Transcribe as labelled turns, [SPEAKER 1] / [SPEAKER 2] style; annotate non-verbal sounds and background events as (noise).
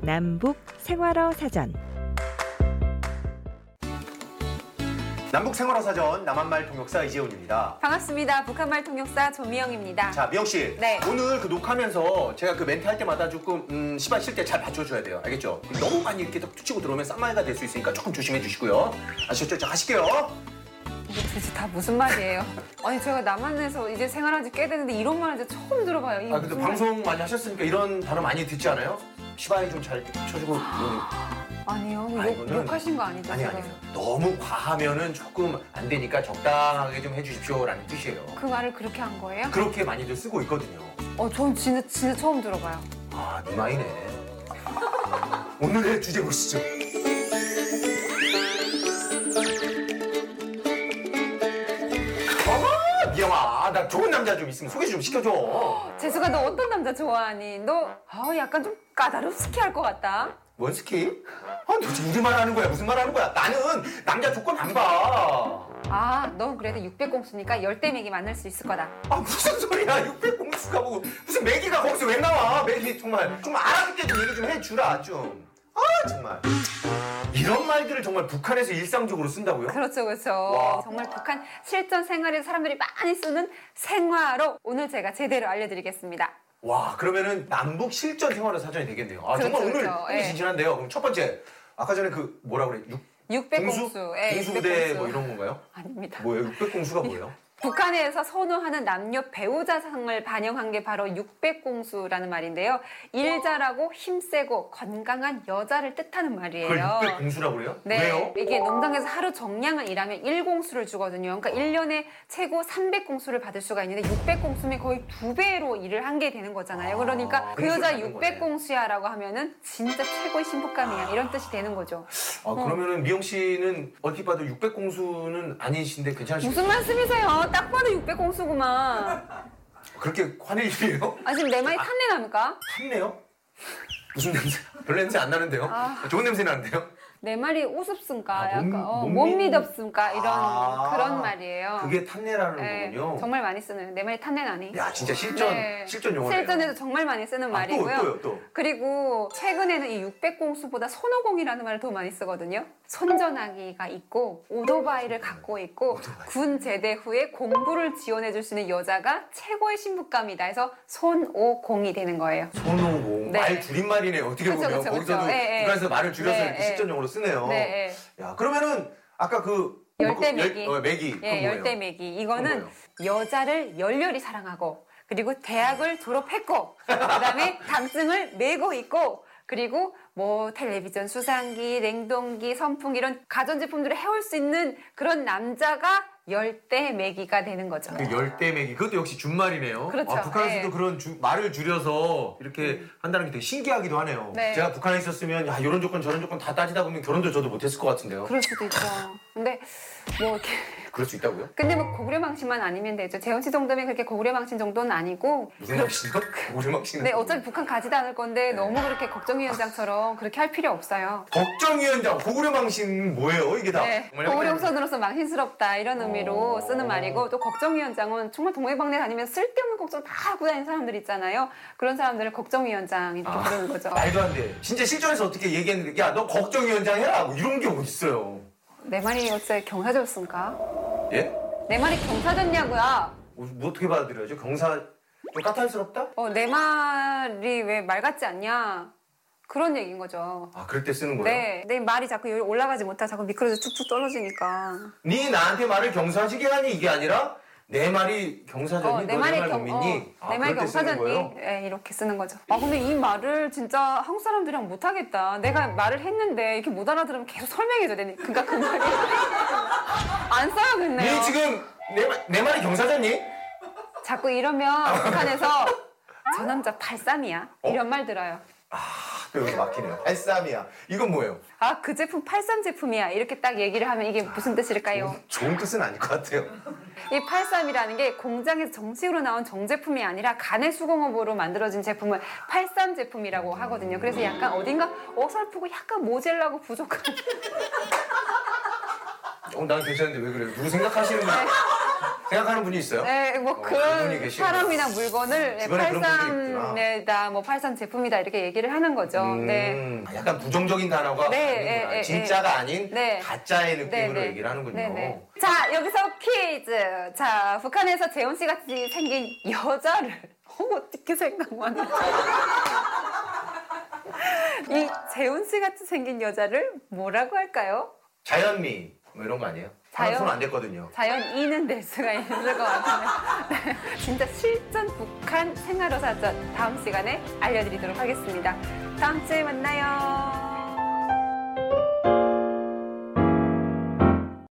[SPEAKER 1] 남북 생활어 사전
[SPEAKER 2] 남북 생활어 사전 남한말 통역사 이재훈입니다.
[SPEAKER 3] 반갑습니다. 북한말 통역사 조미영입니다.
[SPEAKER 2] 자 미영 씨,
[SPEAKER 3] 네.
[SPEAKER 2] 오늘 그 녹화하면서 제가 그 멘트 할 때마다 조금 음, 시발 쉴때 잘 받쳐줘야 돼요. 알겠죠? 너무 많이 이렇게 툭 치고 들어오면 쌍마이가 될 수 있으니까 조금 조심해 주시고요. 아셨죠? 자 가실게요.
[SPEAKER 3] 이게 도대체 다 무슨 말이에요? (laughs) 아니 제가 남한에서 이제 생활한 지 꽤 됐는데 이런 말 이제 처음 들어봐요. 이게
[SPEAKER 2] 아 근데
[SPEAKER 3] 무슨 말-
[SPEAKER 2] 방송 많이 하셨으니까 이런 단어 많이 듣지 않아요? 시발 좀 잘 쳐주고
[SPEAKER 3] 아,
[SPEAKER 2] 이런-
[SPEAKER 3] 아니요.
[SPEAKER 2] 아,
[SPEAKER 3] 욕,
[SPEAKER 2] 이거는-
[SPEAKER 3] 욕하신 거 아니죠?
[SPEAKER 2] 아니
[SPEAKER 3] 지금?
[SPEAKER 2] 아니요. 너무 과하면은 조금 안 되니까 적당하게 좀 해주십시오라는 뜻이에요.
[SPEAKER 3] 그 말을 그렇게 한 거예요?
[SPEAKER 2] 그렇게 많이들 쓰고 있거든요.
[SPEAKER 3] 어, 전 진짜, 진짜 처음 들어봐요.
[SPEAKER 2] 아 누나이네. 오늘의 주제 보시죠. 어머 미영아 나 좋은 남자 좀 있으면 소개 좀 시켜줘.
[SPEAKER 3] 재수가 너 어떤 남자 좋아하니? 너 아, 약간 좀 까다롭스키 할 것 같다.
[SPEAKER 2] 원스키? 아 도대체 무슨 말 하는 거야 무슨 말 하는 거야? 나는 남자 조건 안 봐.
[SPEAKER 3] 아, 넌 그래도 육백공수니까 열대맥이 만날 수 있을 거다.
[SPEAKER 2] 아 무슨 소리야 600 공수가 보고 무슨 매기가 거기서 왜 나와 매기 정말 좀 알아듣게 좀 얘기 좀 해주라 좀 아 정말 이런 말들을 정말 북한에서 일상적으로 쓴다고요?
[SPEAKER 3] 그렇죠, 그렇죠.
[SPEAKER 2] 와.
[SPEAKER 3] 정말 북한 실전 생활에서 사람들이 많이 쓰는 생활로 오늘 제가 제대로 알려드리겠습니다.
[SPEAKER 2] 와 그러면은 남북 실전 생활의 사전이 되겠네요 아
[SPEAKER 3] 그렇죠,
[SPEAKER 2] 정말 오늘
[SPEAKER 3] 그렇죠. 예.
[SPEAKER 2] 흥미진진한데요 그럼 첫 번째 아까 전에 그 뭐라 그래 육,
[SPEAKER 3] 육백공수, 예,
[SPEAKER 2] 공수대
[SPEAKER 3] 육백공수.
[SPEAKER 2] 뭐 이런 건가요?
[SPEAKER 3] 아닙니다.
[SPEAKER 2] 뭐예요? 600 공수가
[SPEAKER 3] (laughs)
[SPEAKER 2] 뭐예요?
[SPEAKER 3] 북한에서 선호하는 남녀 배우자상을 반영한 게 바로 육백공수라는 말인데요. 일자라고 힘세고 건강한 여자를 뜻하는
[SPEAKER 2] 그걸
[SPEAKER 3] 말이에요.
[SPEAKER 2] 600 공수라고 그래요?
[SPEAKER 3] 네,
[SPEAKER 2] 왜요?
[SPEAKER 3] 이게 농장에서 하루 정량을 일하면 1공수를 주거든요. 그러니까 1년에 최고 300공수를 받을 수가 있는데 600공수면 거의 두 배로 일을 한 게 되는 거잖아요.
[SPEAKER 2] 아,
[SPEAKER 3] 그러니까 그 여자
[SPEAKER 2] 공수를 받는 거네.
[SPEAKER 3] 600공수야라고 하면은 진짜 최고의 신부감이야 이런 뜻이 되는 거죠.
[SPEAKER 2] 아 그러면은 미영 씨는 얼핏 봐도 600 공수는 아니신데 괜찮으시죠?
[SPEAKER 3] 무슨 말씀이세요? 딱 봐도 600공수구만.
[SPEAKER 2] 그렇게 화낼 일이에요?
[SPEAKER 3] 아 지금 내 말이 탐내 남을까?
[SPEAKER 2] 춥네요? 무슨 냄새? 별 냄새 안 나는데요?
[SPEAKER 3] 아.
[SPEAKER 2] 좋은 냄새 나는데요?
[SPEAKER 3] 내 말이 우습습니까?
[SPEAKER 2] 아,
[SPEAKER 3] 약간
[SPEAKER 2] 못-
[SPEAKER 3] 어,
[SPEAKER 2] 못
[SPEAKER 3] 못
[SPEAKER 2] 믿-
[SPEAKER 3] 믿었습니까? 이런
[SPEAKER 2] 아,
[SPEAKER 3] 그런 말이에요.
[SPEAKER 2] 그게 탄내라는
[SPEAKER 3] 어. 네,
[SPEAKER 2] 거군요.
[SPEAKER 3] 정말 많이 쓰는 내 말이 탐내 나니?
[SPEAKER 2] 야 진짜 실전
[SPEAKER 3] 네.
[SPEAKER 2] 실전 용어네요.
[SPEAKER 3] 실전에서 정말 많이 쓰는
[SPEAKER 2] 아, 또,
[SPEAKER 3] 말이고요.
[SPEAKER 2] 또요 또.
[SPEAKER 3] 그리고 최근에는 이 600공수보다 손오공이라는 말을 더 많이 쓰거든요. 손전화기가 있고 오토바이를 갖고 있고 군 제대 후에 공부를 지원해 줄 수 있는 여자가 최고의 신부감이다 해서 손오공이 되는 거예요.
[SPEAKER 2] 손오공
[SPEAKER 3] 네.
[SPEAKER 2] 말 줄임말이네요. 어떻게
[SPEAKER 3] 그쵸,
[SPEAKER 2] 보면
[SPEAKER 3] 그쵸,
[SPEAKER 2] 거기서도
[SPEAKER 3] 그쵸. 예, 예.
[SPEAKER 2] 북한에서 말을 줄여서
[SPEAKER 3] 네,
[SPEAKER 2] 이렇게
[SPEAKER 3] 예.
[SPEAKER 2] 실전 용어로 쓰네요.
[SPEAKER 3] 네. 예.
[SPEAKER 2] 야 그러면은 아까 그
[SPEAKER 3] 열대
[SPEAKER 2] 그
[SPEAKER 3] 매기.
[SPEAKER 2] 열, 어, 매기 그건
[SPEAKER 3] 예,
[SPEAKER 2] 뭐예요?
[SPEAKER 3] 열대매기. 이거는
[SPEAKER 2] 그건
[SPEAKER 3] 여자를 열렬히 사랑하고 그리고 대학을 졸업했고
[SPEAKER 2] (laughs)
[SPEAKER 3] 그다음에 당증을 메고 있고 그리고 뭐 텔레비전 수상기, 냉동기, 선풍기 이런 가전제품들을 해올 수 있는 그런 남자가 열대매기가 되는 거죠.
[SPEAKER 2] 그 열대 매기 그것도 역시 준말이네요.
[SPEAKER 3] 그렇죠.
[SPEAKER 2] 아, 북한에서도
[SPEAKER 3] 예. 음.
[SPEAKER 2] 그런 주- 말을 줄여서 이렇게 한다는 게 되게 신기하기도 하네요.
[SPEAKER 3] 네.
[SPEAKER 2] 제가 북한에 있었으면 야 이런 조건 저런 조건 다 따지다 보면 결혼도 저도 못했을 것 같은데요.
[SPEAKER 3] 그럴 수도 있죠. 근데 뭐 이렇게
[SPEAKER 2] 그럴 수 있다고요?
[SPEAKER 3] 근데 뭐 고구려망신만 아니면 되죠. 재현 씨 정도면 그렇게 고구려망신 정도는 아니고
[SPEAKER 2] 무슨 망신이요? 고구려망신은?
[SPEAKER 3] 네, 어차피 북한 가지도 않을
[SPEAKER 2] 네.
[SPEAKER 3] 건데 너무 그렇게 걱정위원장처럼 그렇게 할 필요 없어요.
[SPEAKER 2] 걱정위원장 고구려망신 뭐예요 이게 다?
[SPEAKER 3] 네,
[SPEAKER 2] 정말
[SPEAKER 3] 고구려
[SPEAKER 2] 약간-
[SPEAKER 3] 후손으로서 망신스럽다 이런 의미로
[SPEAKER 2] 어.
[SPEAKER 3] 쓰는 말이고 또 걱정위원장은 정말 동네방네 다니면 쓸데없는 걱정 다 하고 다니는 사람들 있잖아요. 그런 사람들을 걱정위원장 이렇게
[SPEAKER 2] 아.
[SPEAKER 3] 부르는 거죠.
[SPEAKER 2] 말도 안 돼. 진짜 실전에서 어떻게 얘기했는데 야 너 걱정위원장 해라 뭐 이런 게 어딨어요?
[SPEAKER 3] 내 말이 네 어째 경사졌습니까? 네
[SPEAKER 2] 예?
[SPEAKER 3] 내 말이 경사졌냐고요.
[SPEAKER 2] 뭐, 뭐 어떻게 받아들여야죠? 경사 좀 까탈스럽다?
[SPEAKER 3] 어, 내 말이 왜 말 같지 않냐 그런 얘기인 거죠.
[SPEAKER 2] 아 그럴 때 쓰는 거예요?
[SPEAKER 3] 네, 내 말이 자꾸 여기 올라가지 못하고 자꾸 미끄러져 쭉쭉 떨어지니까.
[SPEAKER 2] 네 나한테 말을 경사지게 하니 이게 아니라 내 말이 경사전이 너내
[SPEAKER 3] 어, 말이
[SPEAKER 2] 말못
[SPEAKER 3] 경-
[SPEAKER 2] 믿니?
[SPEAKER 3] 어,
[SPEAKER 2] 아,
[SPEAKER 3] 내 말이
[SPEAKER 2] 그럴 때 쓰는
[SPEAKER 3] 경사전이
[SPEAKER 2] 거예요?
[SPEAKER 3] 예, 이렇게 쓰는 거죠. 아 근데 이 말을 진짜 한국 사람들이랑 못하겠다. 내가 말을 했는데 이렇게 못 알아들으면 계속 설명해줘야 되니. 그러니까 그 말이 (laughs) 안 써야겠네요.
[SPEAKER 2] 네 지금 내, 말- 내 말이 경사전이?
[SPEAKER 3] 자꾸 이러면 북한에서 저 남자 팔삼이야 이런 말 들어요.
[SPEAKER 2] 또 여기서 아, 막히네요. 팔삼이야. 이건 뭐예요?
[SPEAKER 3] 아 그 제품 팔삼 제품이야 이렇게 딱 얘기를 하면 이게 무슨 뜻일까요?
[SPEAKER 2] 좋은 뜻은 아닐 것 같아요.
[SPEAKER 3] 이 83이라는 게 공장에서 정식으로 나온 정제품이 아니라 간의 수공업으로 만들어진 제품을 83 제품이라고 하거든요. 그래서 약간 어딘가 어설프고 약간 모자라고 부족한 (laughs)
[SPEAKER 2] 어, 난 괜찮은데 왜 그래요? 누구 생각하시는 거예요? 생각하는 분이 있어요?
[SPEAKER 3] 네, 뭐
[SPEAKER 2] 어, 그분이
[SPEAKER 3] 그런
[SPEAKER 2] 계시구나.
[SPEAKER 3] 사람이나 물건을 네,
[SPEAKER 2] 주변에 그런 분들이 있구나.
[SPEAKER 3] 팔산에다 뭐 팔산 제품이다 이렇게 얘기를 하는 거죠.
[SPEAKER 2] 음,
[SPEAKER 3] 네.
[SPEAKER 2] 약간 부정적인 단어가
[SPEAKER 3] 네,
[SPEAKER 2] 아니구나.
[SPEAKER 3] 예, 예,
[SPEAKER 2] 진짜가 아닌
[SPEAKER 3] 네.
[SPEAKER 2] 가짜의 느낌으로
[SPEAKER 3] 네, 네.
[SPEAKER 2] 얘기를 하는군요.
[SPEAKER 3] 네네. 자, 여기서 퀴즈. 자, 북한에서 재훈 씨 같이 생긴 여자를 (laughs) 어떻게 생각만 하죠? 이 재훈 씨 같이 생긴 여자를 뭐라고 할까요?
[SPEAKER 2] 자연미 뭐 이런 거 아니에요?
[SPEAKER 3] 자연-
[SPEAKER 2] 손안 댔거든요.
[SPEAKER 3] 자연 이는 될 수가 있을 것 같아요. 네, 진짜 실전 북한 생활어 사전 다음 시간에 알려드리도록 하겠습니다. 다음 주에 만나요.